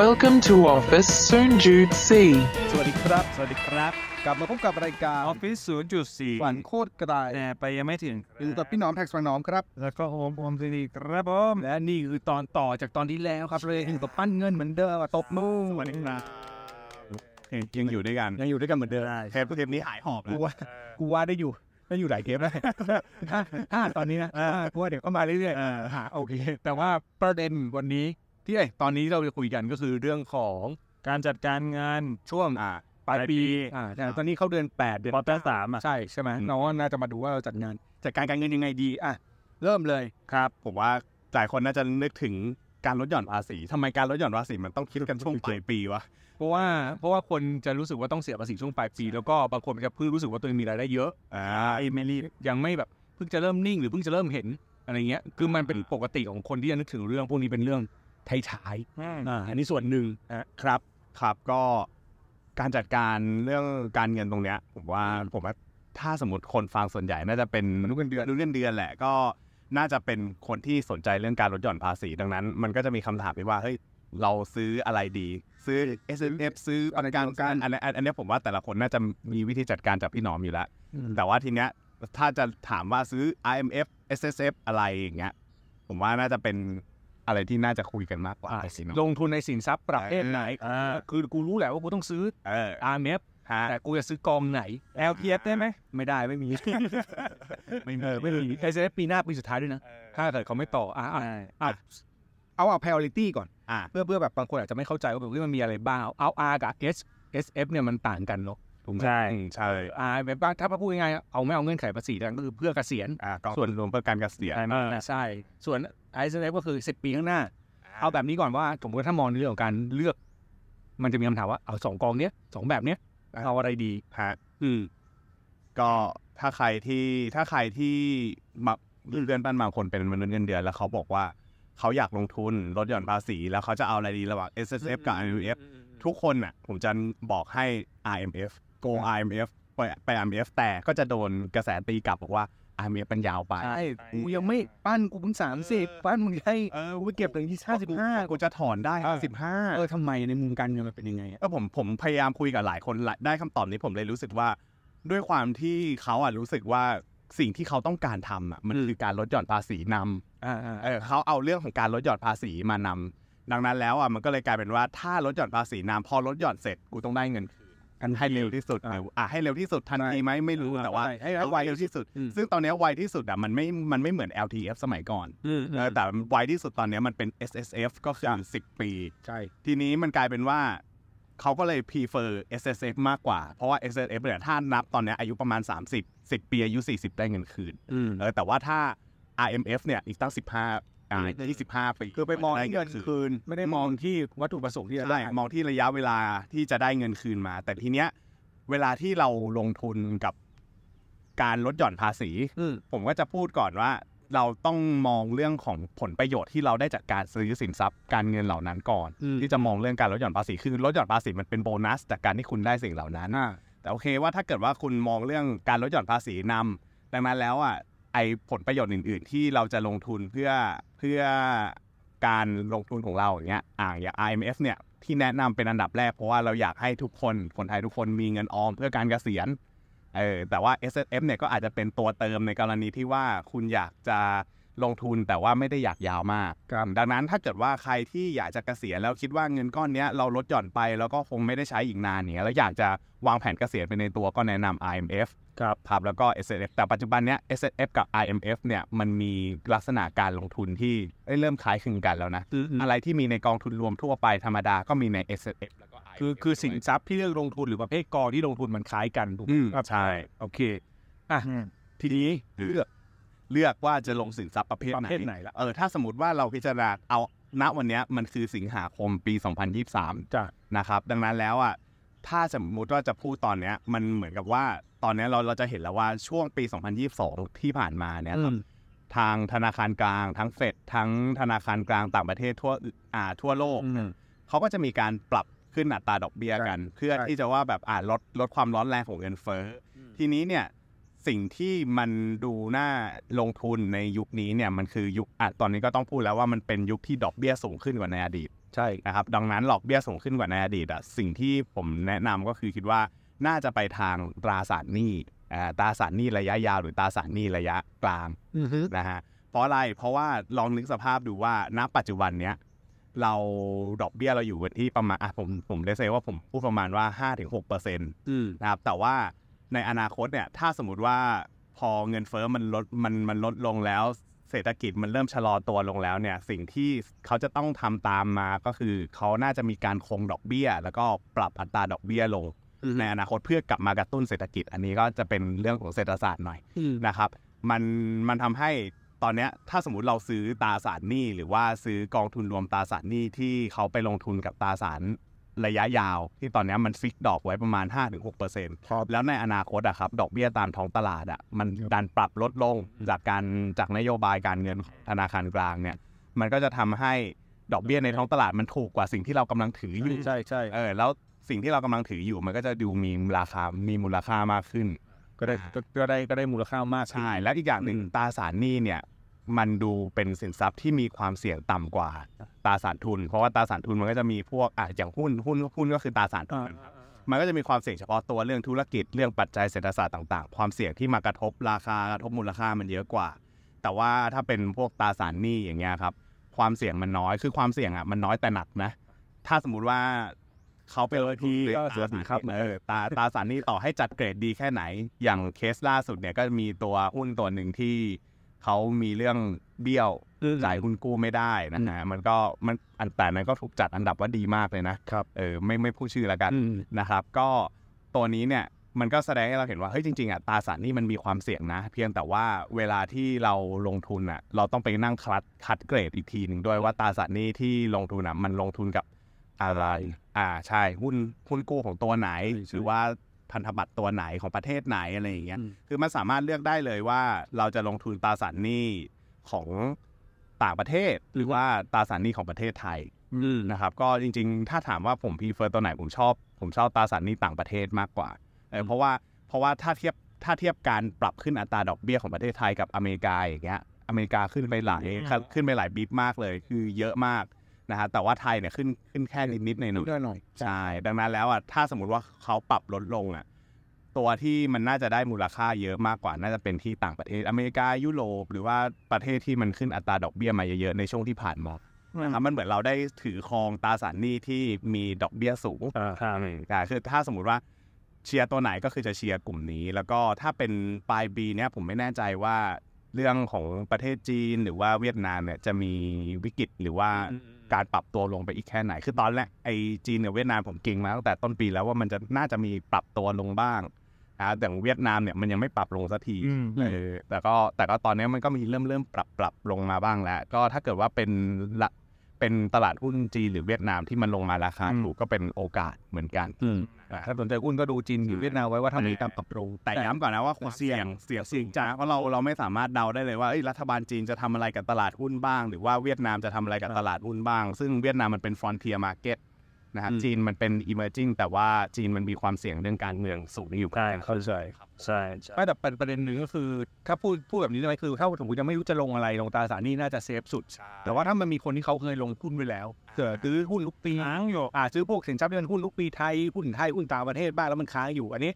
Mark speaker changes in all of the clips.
Speaker 1: Welcome to Office Soon Jude C.
Speaker 2: สวัสดีครับ สวัสดีครับ กลับมาพบกับรายการ
Speaker 3: ออฟฟิศศูนย์จุดสี่
Speaker 2: ฝันโคตรกระต่าย
Speaker 3: แต่ไปยังไม่ถึง
Speaker 2: อยู่กับพี่หน้อมแท็กสังหน้อมครับ
Speaker 3: แล้วก็โอมโอมสิริครับผม
Speaker 2: และนี่คือตอนต่อจากตอนที่แล้วครับเลยอยู่กับปั้นเงินเหมือนเดิมอะตบมือ
Speaker 3: สวัสดีครับยังอยู่ด้วยกัน
Speaker 2: ยังอยู่ด้วยกันเหมือนเดิม
Speaker 3: เทปเทปนี้หายหอบ
Speaker 2: กู
Speaker 3: แล้ว
Speaker 2: ว่ากูว่าได้อยู่ได้อยู่หลายเท ปแล้วอ่ะอ่ะตอนนี้นะอ่ะกูว่าเดี๋ยวก็มาเรื่อย
Speaker 3: เออ
Speaker 2: ๆอ่ะโอเค แต่ว่าประเด็นวันนี้ที่เอ้ยตอนนี้เราจะคุยกันก็คือเรื่องของ
Speaker 3: การจัดการงาน
Speaker 2: ช่วง
Speaker 3: อ่า
Speaker 2: ปลายปี
Speaker 3: ปลายปี
Speaker 2: อ่าใช่ตอนนี้เข้าเดือนแปดเดือน
Speaker 3: ปอตสามอ่ะ
Speaker 2: ใช่ใช่ไหม
Speaker 3: อืม
Speaker 2: น้องว่าน่าจะมาดูว่าเราจัดงานจัดการการเงินยังไงดีอ่ะเริ่มเลย
Speaker 3: ครับผมว่าหลายคนน่าจะนึกถึงการลดหย่อนภาษีทำไมการลดหย่อนภาษีมันต้องคิดกันช่วงปลายปีวะ
Speaker 2: เพราะว่าเพราะว่าคนจะรู้สึกว่าต้องเสียภาษีช่วงปลายปี แล้วก็บางคนจะเพิ่งรู้สึกว่าตัวเองมีรายได้เยอะ
Speaker 3: อ่าไอเมลี่
Speaker 2: ยังไม่แบบเพิ่งจะเริ่มนิ่งหรือเพิ่งจะเริ่มเห็นอะไรเงี้ยคือมันเป็นปกติของคนที่จะนึกถึงเรื่องพวกนี้เป็นเรื่องท้ายๆอ่าอันนี้ส่วนหนึ่ง
Speaker 3: ครับครับก็การจัดการเรื่องการเงินตรงเนี้ย ผมว่าผมว่าถ้าสมมติคนฟังส่วนใหญ่น่าจะเป็น
Speaker 2: มนุษย์เงินเดือน
Speaker 3: ดูเรื่องเดือนแหละก็น่าจะเป็นคนที่สนใจเรื่องการลดหย่อนภาษีดังนั้น มันก็จะมีคำถามไปว่าเฮ้ยเราซื้ออะไรดี ซื้อ S F ซื้อประกันการอันนี้อันนี้ผมว่าแต่ละคนน่าจะมีวิธีจัดการจากพี่หนอมอยู่แล้ว แต่ว่าทีเนี้ยถ้าจะถามว่าซื้อ I M F S S F อะไรอย่างเงี้ยผมว่าน่าจะเป็นอะไรที่น่าจะคุยกันมากกว่า
Speaker 2: อ่า
Speaker 3: สิ
Speaker 2: ล
Speaker 3: เนาะ
Speaker 2: งทุนในสินทรัพย์ประเภทไหนอ่าคือกูรู้แหละว่ากูต้องซื้อ
Speaker 3: เออ
Speaker 2: RMF
Speaker 3: ฮะ
Speaker 2: แต่กูจะซื้อกองไหน
Speaker 3: LPF ได้ไหม
Speaker 2: ไม่ได้ไม่มี ไม่มีไม่มีไอเซปีหน้าปีสุดท้ายด้วยนะ ถ้าเกิดเขาไม่ต่ออ่ะอ่ะอ่ะเอาเอา priority ก่อน
Speaker 3: อ่ะ
Speaker 2: เพื่อเพื่อแบบบางคนอาจจะไม่เข้าใจว่าแบบเฮ้ยมันมีอะไรบ้าง เอา R กับ S SF เนี่ยมันต่างกันเนาะถูกไหม
Speaker 3: ใช่ใช่
Speaker 2: R แบบว่าถ้าพูดง่ายๆเอาไม่เอาเงื่อนไขภาษีแล้วก็คือเพื่อเกษียณ
Speaker 3: อ่ะก็ส่วนรวมเพื่อการเกษียณ
Speaker 2: เออใช่ ส่วน S F ก็คือ 10 ปีข้างหน้า เอาแบบนี้ก่อนว่าสมมติถ้ามองในเรื่องของการเลือก มันจะมีคำถามว่าเอาสองกองเนี้ยสองแบบเนี้ยเอาอะไรดี
Speaker 3: ฮะ
Speaker 2: อืม
Speaker 3: ก็ถ้าใครที่ถ้าใครที่มาเดือนบ้านบางคนเป็นมนุษย์เงินเดือน แล้วเขาบอกว่าเขาอยากลงทุนลดหย่อนภาษี แล้วเขาจะเอาอะไรดีระหว่าง S S F กับ I M F ทุกคนน่ะผมจะบอกให้ I M F go I M F ไปไป I M F แต่ก็จะโดนกระแสตีกลับบอกว่า I M F มันยาวไป
Speaker 2: ใช่กูยังไม่ปั้นกูเพิ่งสามสิบปั้นมึงให้
Speaker 3: เออ
Speaker 2: กูไปเก็บถึงที่ห้าสิบห้า
Speaker 3: กูจะถอนได้
Speaker 2: เออ
Speaker 3: สิบห้า
Speaker 2: เออทำไมในมุมการเงินมันเป็นยังไงอะ
Speaker 3: เออผมผมพยายามคุยกับหลายคนหลายได้คำตอบนี้ผมเลยรู้สึกว่า ด้วยความที่เขาอ่ะรู้สึกว่าสิ่งที่เขาต้องการทำอ่ะมัน
Speaker 2: อืม
Speaker 3: คือการลดหย่อนภาษีนำ
Speaker 2: อ่าอ่า
Speaker 3: เออเขาเอาเรื่องของการลดหย่อนภาษีมานำดังนั้นแล้วอ่ะมันก็เลยกลายเป็นว่าถ้าลดหย่อนภาษีนำพอลดหย่อนเสร็จกูต้องได้เงินคืน
Speaker 2: กัน
Speaker 3: ให้เร็วที่สุดอ่ะให้เร็วที่สุดทันทีไหมไม่รู้แต่ว่า
Speaker 2: ใช่ให้
Speaker 3: ให้
Speaker 2: ไว
Speaker 3: ไวที่สุด
Speaker 2: อืม
Speaker 3: ซึ่งตอนเนี้ยไวที่สุดอ่ะมันไม่มันไม่เหมือน LTF สมัยก่อน
Speaker 2: อืม
Speaker 3: เออแต่ไวที่สุดตอนเนี้ยมันเป็น SSF ก็คือ10 ปี
Speaker 2: ใช่
Speaker 3: ทีนี้มันกลายเป็นว่าเขาก็เลย prefer S S F มากกว่า เพราะว่า S S F เนี่ยถ้านับตอนเนี้ยอายุประมาณ 30 10 ปีอายุ 40 ได้เงินคืน
Speaker 2: อืม
Speaker 3: เออแต่ว่าถ้า R M F เนี่ยอีกตั้ง 15อ่า
Speaker 2: อืม
Speaker 3: 25 ปี
Speaker 2: คือไปมองที่เงิน
Speaker 3: ได้
Speaker 2: คืน ไม่ได้มองที่วัตถุประสงค์ที่จะ
Speaker 3: ใช่
Speaker 2: ได้
Speaker 3: มองที่ระยะเวลาที่จะได้เงินคืนมา แต่ทีเนี้ยเวลาที่เราลงทุนกับการลดหย่อนภาษี
Speaker 2: อืม
Speaker 3: ผมก็จะพูดก่อนว่า เราต้องมองเรื่องของผลประโยชน์ที่เราได้จากการซื้อสินทรัพย์การเงินเหล่านั้นก่อน
Speaker 2: อืม
Speaker 3: ที่จะมองเรื่องการลดหย่อนภาษีคือลดหย่อนภาษีมันเป็นโบนัสจากการที่คุณได้สิ่งเหล่านั้น
Speaker 2: อ่า
Speaker 3: แต่โอเคว่าถ้าเกิดว่าคุณมองเรื่องการลดหย่อนภาษีนำดังนั้นแล้วอ่ะไอผลประโยชน์อื่น ๆ ที่เราจะลงทุนเพื่อเพื่อการลงทุนของเราอย่างเงี้ยอ่าอย่าง IMF เนี่ยที่แนะนำเป็นอันดับแรก เพราะว่าเราอยากให้ทุกคนคนไทยทุกคนมีเงินออมเพื่อการเกษียณเออแต่ว่า S F เนี่ยก็อาจจะเป็นตัวเติมในกรณีที่ว่าคุณอยากจะลงทุนแต่ว่าไม่ได้อยากยาวมาก
Speaker 2: ครับ
Speaker 3: ดังนั้นถ้าเกิดว่าใครที่อยากจะเกษียณแล้วคิดว่าเงินก้อนเนี้ยเราลดหย่อนไปแล้วก็คงไม่ได้ใช้อีกนานเนี้ยแล้วอยากจะวางแผนเกษียณไปในตัวก็แนะนำ IMF
Speaker 2: ครับ
Speaker 3: ครับแล้วก็ S F แต่ปัจจุบันเนี้ย S F กับ IMF เนี่ยมันมีลักษณะการลงทุนที่เอ้ยเริ่มคล้ายคลึงกันแล้วนะ อะไรที่มีในกองทุนรวมทั่วไปธรรมดาก็มีใน S F แล้วก็ IMF
Speaker 2: คือคือสิน
Speaker 3: ด้วย
Speaker 2: ทรัพย์ที่เลือกลงทุนหรือประเภทกองที่ลงทุนมันคล้ายกันถูกไห
Speaker 3: อืม
Speaker 2: ครับ
Speaker 3: ใช่
Speaker 2: โอเคอ่ะทีนี้เลือก
Speaker 3: เลือกว่าจะลงสินทรัพย์ประเภท
Speaker 2: ประ
Speaker 3: ไหน
Speaker 2: เภทไหนละ
Speaker 3: เออถ้าสมมติว่าเราพิจารณาเอาณวันเนี้ยมันคือสิงหาคมปี 2023
Speaker 2: จ้ะ
Speaker 3: นะครับดังนั้นแล้วอ่ะถ้าสมมุติว่าจะพูดตอนเนี้ยมันเหมือนกับว่าตอนเนี้ยเราเราจะเห็นแล้วว่าช่วงปี 2022 ที่ผ่านมาเนี่ย
Speaker 2: อืม
Speaker 3: ทางธนาคารกลาง ทั้งเฟดทั้งธนาคารกลางต่างประเทศทั่วอ่าทั่วโลก เขาก็จะมีการปรับขึ้นอัตราดอกเบี้ยกัน เพื่อ
Speaker 2: ใช่
Speaker 3: ที่จะว่าแบบอ่าลดลดความร้อนแรงของเงินเฟ้อ ทีนี้เนี่ย สิ่งที่มันดูน่าลงทุนในยุคนี้เนี่ยมันคือยุคอ่ะตอนนี้ก็ต้องพูดแล้วว่ามันเป็นยุคที่ดอกเบี้ยสูงขึ้นกว่าในอดีต
Speaker 2: ใช่
Speaker 3: นะครับดังนั้นดอกเบี้ยสูงขึ้นกว่าในอดีตอะสิ่งที่ผมแนะนำก็คือคิดว่าน่าจะไปทางตราสารหนี้อ่าตราสารหนี้ระยะยาว หรือตราสารหนี้ระยะกลาง
Speaker 2: อือฮึ
Speaker 3: นะฮะเพราะอะไรเพราะว่าลองนึกสภาพดูว่าณปัจจุบันเนี้ยเราดอกเบี้ยเราอยู่ที่ประมาณอ่ะผมผมได้เซว่าผมพูดประมาณว่า 5-6%เปอร์เซ็นต์
Speaker 2: อืม
Speaker 3: นะครับแต่ว่าในอนาคตเนี่ยถ้าสมมติว่าพอเงินเฟ้อมันลดมันมันลดลงแล้ว เศรษฐกิจมันเริ่มชะลอตัวลงแล้วเนี่ยสิ่งที่เขาจะต้องทำตามมาก็คือเขาน่าจะมีการคงดอกเบี้ย แล้วก็ปรับอัตราดอกเบี้ยลง
Speaker 2: อือฮึ
Speaker 3: ในอนาคตเพื่อกลับมากระตุ้นเศรษฐกิจ อันนี้ก็จะเป็นเรื่องของเศรษฐศาสตร์หน่อย
Speaker 2: อืม
Speaker 3: นะครับมันมันทำให้ตอนเนี้ยถ้าสมมติเราซื้อตราสารหนี้ หรือว่าซื้อกองทุนรวมตราสารหนี้ที่เขาไปลงทุนกับตราสารระยะยาว ที่ตอนเนี้ยมันฟิกดอกไว้ประมาณ 5-6%
Speaker 2: ครับ
Speaker 3: แล้วในอนาคตอะครับดอกเบี้ยตามท้องตลาดอะมันดันปรับลดลงจากการจากนโยบายการเงินของธนาคารกลางเนี่ยมันก็จะทำให้ดอกเบี้ยในท้องตลาดมันถูกกว่าสิ่งที่เรากำลังถืออยู่
Speaker 2: ใช่ใช่
Speaker 3: เออแล้วสิ่งที่เรากำลังถืออยู่มันก็จะดูมีราคามีมูลค่ามากขึ้น
Speaker 2: ก็ได้ก็ก็ได้ก็ได้มูลค่ามากขึ้น
Speaker 3: ใช่ แล้วอีกอย่างหนึ่ง
Speaker 2: อืม
Speaker 3: ตราสารหนี้เนี่ยมันดูเป็นสินทรัพย์ที่มีความเสี่ยงต่ำกว่าตราสารทุน เพราะว่าตราสารทุนมันก็จะมีพวกอ่ะอย่างหุ้นหุ้นหุ้นก็คือตราสารทุ
Speaker 2: อ่าน
Speaker 3: มันก็จะมีความเสี่ยงเฉพาะตัวเรื่องธุรกิจเรื่องปัจจัยเศรษฐศาสตร์ต่างๆ ความเสี่ยงที่มากระทบราคากระทบมูลค่ามันเยอะกว่า แต่ว่าถ้าเป็นพวกตราสารหนี้อย่างเงี้ยครับความเสี่ยงมันน้อยคือความเสี่ยงอ่ะมันน้อยแต่หนักนะ ถ้าสมมุติว่าเขาเป็นที่
Speaker 2: ก็เสียสินครับ
Speaker 3: เออตาตราสารหนี้ต่อให้จัดเกรดดีแค่ไหน อย่างเคสล่าสุดเนี่ยก็มีตัวหุ้นตัวหนึ่งที่เขามีเรื่องเบี้ยว
Speaker 2: อืม
Speaker 3: จ่ายหุ้นกู้ไม่ได้นะฮะมันก็มันอันแต่นั้นก็ถูกจัดอันดับว่าดีมากเลยนะครับ เออไม่ไม่พูดชื่อแล้วกัน
Speaker 2: อืม
Speaker 3: นะครับก็ตัวนี้เนี่ยมันก็แสดงให้เราเห็นว่าเฮ้ยจริงๆอ่ะตราสารหนี่มันมีความเสี่ยงนะ เพียงแต่ว่าเวลาที่เราลงทุนอ่ะเราต้องไปนั่งคัดคัดเกรดอีกทีหนึ่งด้วยว่าตราสารหนี่ที่ลงทุนอ่ะมันลงทุนกับอะไรอ่าใช่หุ้นหุ้นกู้ของตัวไหน
Speaker 2: ใช่ใช่
Speaker 3: หรือว่าพันธบัตรตัวไหนของประเทศไหนอะไรอย่างเงี้ย
Speaker 2: อืม
Speaker 3: คือมันสามารถเลือกได้เลยว่าเราจะลงทุนตราสารหนี่ของต่างประเทศหรือว่าตราสารหนี่ของประเทศไทย
Speaker 2: อืม
Speaker 3: นะครับก็จริงๆ ถ้าถามว่าผมพีเฟอร์ตัวไหนผมชอบ ผมชอบตราสารหนี้ต่างประเทศมากกว่าเออเพราะว่าเพราะว่าถ้าเทียบถ้าเทียบการปรับขึ้นอัตราดอกเบี้ยของประเทศไทยกับอเมริกาอย่างเงี้ยอเมริกาขึ้นไปหลายครับขึ้นไปหลายบิปมากเลย คือเยอะมากนะฮะแต่ว่าไทยเนี่ยขึ้นขึ้นแค่นิดๆในหนึ่ง
Speaker 2: ได้หน่อย
Speaker 3: ใช่ ดังนั้นแล้วอ่ะ ถ้าสมมติว่าเขาปรับลดลงอ่ะ ตัวที่มันน่าจะได้มูลค่าเยอะมากกว่า น่าจะเป็นที่ต่างประเทศ อเมริกา ยุโรป หรือว่าประเทศที่มันขึ้นอัตราดอกเบี้ยมาเยอะๆ ในช่วงที่ผ่านมา
Speaker 2: อืม
Speaker 3: นะครับมันเหมือนเราได้ถือครองตราสารหนี้ที่มีดอกเบี้ยสูง
Speaker 2: อ่าครับ
Speaker 3: อ่าคือถ้าสมมติว่าเชียร์ตัวไหนก็คือจะเชียร์กลุ่มนี้ แล้วก็ถ้าเป็นปลายปีเนี้ยผมไม่แน่ใจว่าเรื่องของประเทศจีนหรือว่าเวียดนามเนี่ยจะมีวิกฤตหรือว่า
Speaker 2: อืม
Speaker 3: การปรับตัวลงไปอีกแค่ไหน คือตอนแรกไอ้จีนกับเวียดนามผมเก่งมาตั้งแต่ต้นปีแล้วว่ามันจะน่าจะมีปรับตัวลงบ้างนะแต่เวียดนามเนี่ยมันยังไม่ปรับลงสักทีเออแต่ก็แต่ก็ตอนเนี้ยมันก็มีเริ่มเริ่มปรับปรับลงมาบ้างแล้ว ก็ถ้าเกิดว่าเป็นละเป็นตลาดหุ้นจีนหรือเวียดนามที่มันลงมาราคาถูกก็เป็นโอกาสเหมือนกัน
Speaker 2: อืมอ่าถ้าสนใจหุ้นก็ดูจีนหรือเวียดนามไว้ว่าทำมีการปรับปรุง
Speaker 3: แต่ย้ำก่อนนะว่าความเสี่ยงเสี่ยงจริงจ้าเพราะเราเราไม่สามารถเดาได้เลยว่าเอ้ยรัฐบาลจีนจะทำอะไรกับตลาดหุ้นบ้าง หรือว่าเวียดนามจะทำอะไรกับตลาดหุ้นบ้าง ซึ่งเวียดนามมันเป็น frontier market นะฮะ
Speaker 2: อืม
Speaker 3: จีนมันเป็น emerging แต่ว่าจีนมันมีความเสี่ยงเรื่องการเมืองสูงอยู่
Speaker 4: ใช่เข้าใจใช่ใช่
Speaker 2: ไม่แต่ประประเด็นหนึ่งก็คือ ถ้าพูดพูดแบบนี้ได้ไหมคือถ้าสมมติยังไม่รู้จะลงอะไรลงตราสารหนี่น่าจะเซฟสุด แต่ว่าถ้ามันมีคนที่เขาเคยลงหุ้นไปแล้วเกิดซื้อหุ้นทุกปี
Speaker 4: ค้างอยู่
Speaker 2: อ่าซื้อพวกสินทรัพย์ที่เป็นหุ้นทุกปีไทยหุ้นไทยหุ้นต่างประเทศบ้างแล้วมันค้างอยู่อันนี้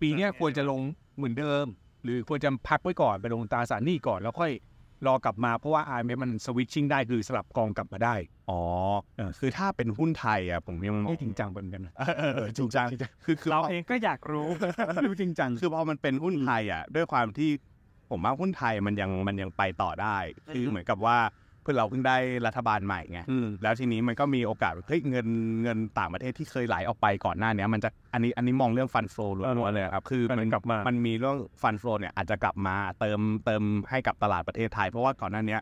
Speaker 2: ปีเนี้ยควรจะลงเหมือนเดิม หรือควรจะพักไว้ก่อนไปลงตราสารหนี้ก่อนแล้วค่อยรอกลับมาเพราะว่า IMF มันสวิตชิ่งได้คือสลับกองกลับมาได้
Speaker 3: อ๋อ คือถ้าเป็นหุ้นไทยอ่ะผมยังมอง
Speaker 2: ไม่จริงจังเหมือนกันนะ
Speaker 3: เออเออเออจริงจังคือคือ
Speaker 4: เราเองก็อยากรู้
Speaker 2: ดูจริงจัง
Speaker 3: คือพอมันเป็นหุ้นไทยอ่ะด้วยความที่ผมว่าหุ้นไทยมันยังมันยังไปต่อได้ คือเหมือนกับว่าเพื่อเราเพิ่งได้รัฐบาลใหม่ไง
Speaker 2: อืม
Speaker 3: แล้วทีนี้มันก็มีโอกาสเฮ้ยเงินเงินต่างประเทศที่เคยไหลออกไปก่อนหน้าเนี้ยมันจะอันนี้อันนี้มองเรื่องฟันโฟลล้วนๆเลยครับคือ
Speaker 4: มันกลับมามั
Speaker 3: นมีเรื่องฟันโฟลเนี่ยอาจจะกลับมาเติมเติมให้กับตลาดประเทศไทย เพราะว่าก่อนหน้าเนี้ย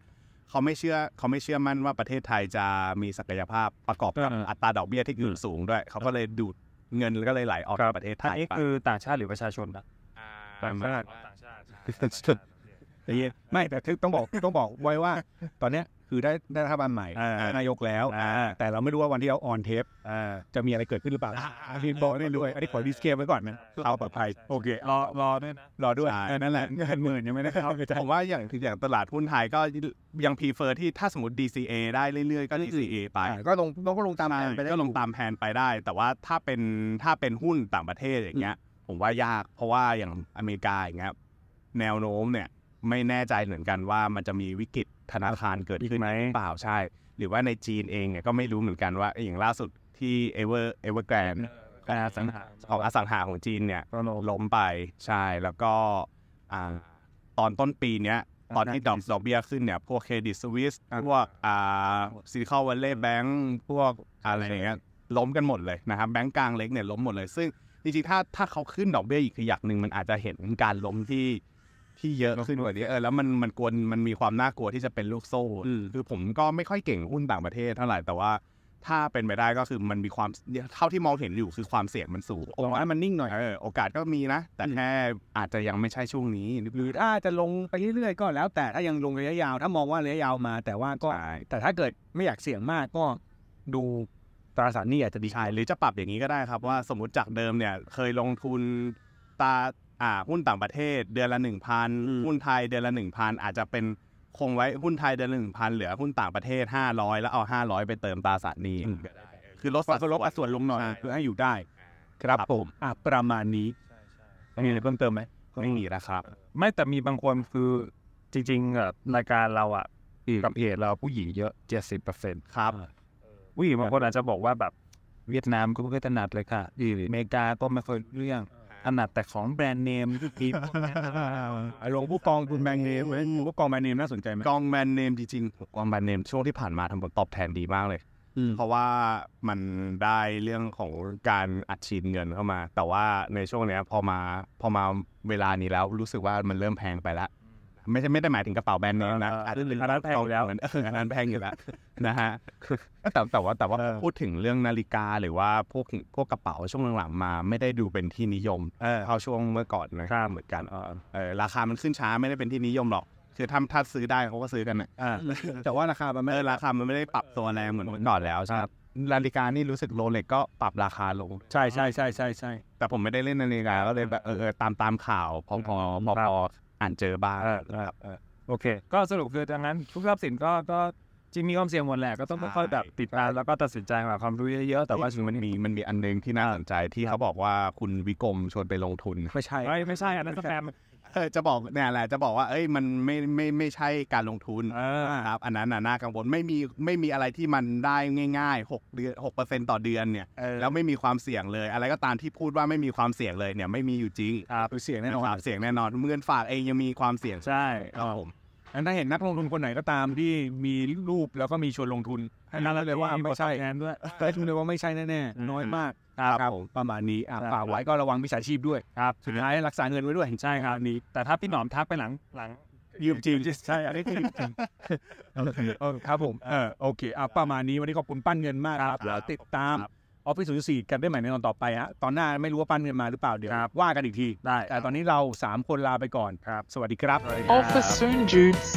Speaker 3: เขาไม่เชื่อเขาไม่เชื่อมั่นว่าประเทศไทยจะมีศักยภาพประกอบกับอัตราดอกเบี้ยที่อยู่สูงด้วยเขาก็เลยดูดเงินแล้วก็เลยไหลออกจากประเทศไท
Speaker 4: ท่าน
Speaker 3: ย
Speaker 4: นี้
Speaker 3: ไป
Speaker 4: คือต่างชาติหรือประชาชนนะ
Speaker 3: ต่างชาติ
Speaker 2: แต่เย็นไม่แต่ต้องบอกต้องบอกไว้ว่า ตอนเนี้ย คือได้ได้รัฐบาลใหม่
Speaker 3: อ่า
Speaker 2: นายกแล้ว
Speaker 3: อ่า
Speaker 2: แต่เราไม่รู้ว่าวันที่เราออนเทปจะมีอะไรเกิดขึ้นหรือเปล่า
Speaker 3: อ่า
Speaker 2: อันนี้บอกไม่รู้อันนี้ขอดิสเคมไว้ก่อนนะ
Speaker 4: ใช่
Speaker 2: เอาปลอดภัย
Speaker 4: ใช่
Speaker 2: โอเครอรอด้วยนะรอด้วย
Speaker 3: ใช่
Speaker 2: เออนั่นแหละเงินหมื่นยังไม่ได้เข้า
Speaker 3: ผมว่าอย่างอย่างตลาดหุ้นไทยก็ยังพรีเฟอร์ที่ถ้าสมมติ DCA ได้เรื่อยๆ ก็ DCA ไป
Speaker 2: อ่าก็ลงก็ลงตามแผนไปได้
Speaker 3: ก็ลง
Speaker 2: อยู่
Speaker 3: ตามแผนไปได้ แต่ว่าถ้าเป็นถ้าเป็นหุ้นต่างประเทศอย่างเงี้ย ผมว่ายากเพราะว่าอย่างอเมริกาอย่างเงี้ยแนวโน้มเนี่ยไม่แน่ใจเหมือนกันว่ามันจะมีวิกฤตธนาคารเกิดขึ้นไหมเปล่าใช่ หรือว่าในจีนเองเนี่ยก็ไม่รู้เหมือนกันว่าเอ้ยอย่างล่าสุดที่เอเวอร์เอเวอร์แกรน
Speaker 4: อสังหา
Speaker 3: ของอสังหาของจีนเนี่ยล้มไปใช่แล้วก็อ่าตอนต้นปีเนี้ยตอนที่ดอกดอกเบี้ยขึ้นเนี่ยพวกเครดิตสวิส
Speaker 2: อ่า
Speaker 3: พวกอ่าซิลิคอนวัลเลย์แบง์พวก อะไรอย่างเงี้ยล้มกันหมดเลยนะครับแบงก์กลางเล็กเนี่ยล้มหมดเลย ซึ่งจริงๆถ้าถ้าเขาขึ้นดอกเบี้ยอีกขยักหนึ่งมันอาจจะเห็นการล้มที่ที่เยอะขึ้นกว่านี้เออแล้วมันมันกวนมันมีความน่ากลัวที่จะเป็นลูกโซ่คือผมก็ไม่ค่อยเก่งหุ้นต่างประเทศเท่าไหร่แต่ว่าถ้าเป็นไปได้ก็คือมันมีความเท่าที่มองเห็นอยู่คือความเสี่ยงมันสูง
Speaker 2: ลองให้มันนิ่งหน่อย
Speaker 3: เออโอกาสก็มีนะ แต่แค่อาจจะยังไม่ใช่ช่วงนี้หรือ
Speaker 2: หรือถ้าจะลงไปเรื่อยๆก็แล้ว แต่ถ้ายังลงระยะยาว ถ้ามองว่าระยะยาวมา แต่ว่าก็
Speaker 3: ใช่
Speaker 2: แต่ถ้าเกิดไม่อยากเสี่ยงมากก็ดูตราสารหนี้อาจจะดี
Speaker 3: ใช่หรือจะปรับอย่างนี้ก็ได้ครับว่าสมมติจากเดิมเนี่ยเคยลงทุนตราอ่าหุ้นต่างประเทศเดือนละหนึ่งพันหุ้นไทยเดือนละหนึ่งพันอาจจะเป็นคงไว้หุ้นไทยเดือนละหนึ่งพันเหลือหุ้นต่างประเทศห้าร้อยแล้วเอาห้าร้อยไปเติมตราสารหนี้ก็ได้คือลดสัด
Speaker 2: ก็ลดอัดส่วนลงหน่อย
Speaker 3: ใช่
Speaker 2: เพื่อให้อยู่ได้ ครับผมอ่ะประมาณนี้มีอะไรเพิ่มเติมไหม
Speaker 3: ไม่มีนะครับ
Speaker 4: ไม่แต่มีบางคนคือจริงๆแบบรายการเราอ่ะกับเพจเราผู้หญิงเยอะเจ็ดสิบเปอร์เซ็นต์
Speaker 3: ครับ
Speaker 4: ผู้หญิงบางคนอาจจะบอกว่าแบบเวียดนามก็ไม่ค่อยถนัดเลยค่ะอเมริกาก็ไม่ค่อยรู้เรื่องถนัดแต่ของแบรนด์เนม มีพวกนั้น
Speaker 2: อ่ะลงผู้กองคุณแบงค์เนมเว้ยผู้กองแบงค์เนมน่าสนใจไหม
Speaker 3: กองแบรนด์เนมจริงๆกองแบรนด์เนมช่วงที่ผ่านมาทำผลตอบแทนดีมากเลย เพราะว่ามันได้เรื่องของการอัดฉีดเงินเข้ามา แต่ว่าในช่วงเนี้ยพอมาพอมาเวลานี้แล้วรู้สึกว่ามันเริ่มแพงไปละไม่ใช่ไม่ได้หมายถึงกระเป๋าแบรนด์เนมนะอาจจะเป็น
Speaker 4: อันนั้นแพงอยู่แล้ว
Speaker 3: เอออันนั้นแพงอยู่แล้วนะฮะ แต่แต่ว่าแต่ว่าพูดถึงเรื่องนาฬิกาหรือว่าพวกพวกกระเป๋าช่วงหลังๆมา ไม่ได้ดูเป็นที่นิยมเท่าช่วงเมื่อก่อนนะครัเหมือนกันเออราคามันขึ้นช้าไม่ได้เป็นที่นิยมหรอก คือถ้าถ้าซื้อได้เขาก็ซื้อกันนะ
Speaker 2: แต่ว่าราคามันไม่
Speaker 3: เออราคามันไม่ได้ปรับตัวแรงเหมือนเมื่อก่อนแล้วใช่ไหมนาฬิกานี่รู้สึกโรเล็กก็ปรับราคาลง
Speaker 2: ใช่ใช่ใช่ใช่ใช่
Speaker 3: แต่ผมไม่ได้เล่นนาฬิกาก็เลยแบบเออเออตามตามข่าว พอพอพอพออ่านเจอบ้าง
Speaker 4: เออเออเออโอเค ก็สรุปคือดังนั้นทุกทรัพย์สินก็ก็จริงมีความเสี่ยงหมดแหละก็ต้อง
Speaker 3: ใช่
Speaker 4: ค่อยๆแบบติดตามแล้วก็ตัดสินใจหาความรู้เยอะๆแต่
Speaker 3: แต่
Speaker 4: ว่า
Speaker 3: ว่ามันมีมันมีอันนึงที่น่าสนใจที่เขาบอกว่าคุณวิกรมชวนไปลงทุน
Speaker 2: ไม่ใช่
Speaker 4: ไม่ไม่ใช่อันนั้นสแปม
Speaker 3: เออจะบอกเนี่ยแหละจะบอกว่าเอ้ยมันไม่ไม่ไม่ใช่การลงทุน
Speaker 4: เออ
Speaker 3: ครับอันนั้นน่ะน่ากังวลไม่มีไม่มีอะไรที่มันได้ง่ายๆหกเดือนหกเปอร์เซ็นต์ต่อเดือนเนี่ยแล้วไม่มีความเสี่ยงเลย อะไรก็ตามที่พูดว่าไม่มีความเสี่ยงเลยเนี่ยไม่มีอยู่จริง
Speaker 4: ครับ
Speaker 2: เสี่ยงแน่นอน
Speaker 3: ครับเสี่ยงแน่นอนเงินฝากเองยังมีความเสี่ยง
Speaker 4: ใช่
Speaker 3: ครับผม
Speaker 2: อันถ้าเห็นนักลงทุนคนไหนก็ตามที่มีรูปแล้วก็มีชวนลงทุนอันนั้นเราเลยว่าไม่ใช่
Speaker 4: แทนด้วย
Speaker 2: แต่ทุนเลยว่าไม่ใช่แน่ๆน้อยมาก
Speaker 3: ครับผม
Speaker 2: ประมาณนี้อ่ะ
Speaker 4: ครับ
Speaker 2: ฝากไว้ก็ระวังมิจฉาชีพด้วย
Speaker 4: ครับ
Speaker 2: สุดท้ายรักษาเงินไว้ด้วย
Speaker 4: ใช่ครับนี้ แต่ถ้าพี่หนอมทักไปหลังหลัง
Speaker 2: ยืมจริงใช่อันนี้คือยืมจริงเออครับผมเออโอเคอ่ะประมาณนี้วันนี้ขอบคุณปั้นเงินมากค
Speaker 3: ครั
Speaker 2: รับ
Speaker 3: บ
Speaker 2: เดี๋ยวติดตามออฟฟิศศูนย์สี่กันได้ใหม่ในตอนต่อไปฮะตอนหน้าไม่รู้ว่าปั้นเงินมาหรือเปล่าเดี๋ยว
Speaker 4: ครับ
Speaker 2: ว่ากันอีกที
Speaker 4: ได้
Speaker 2: แต่ตอนนี้เราสามคนลาไปก่อน
Speaker 4: ครับ
Speaker 2: สวัสดีครับ
Speaker 1: Officer Jude C.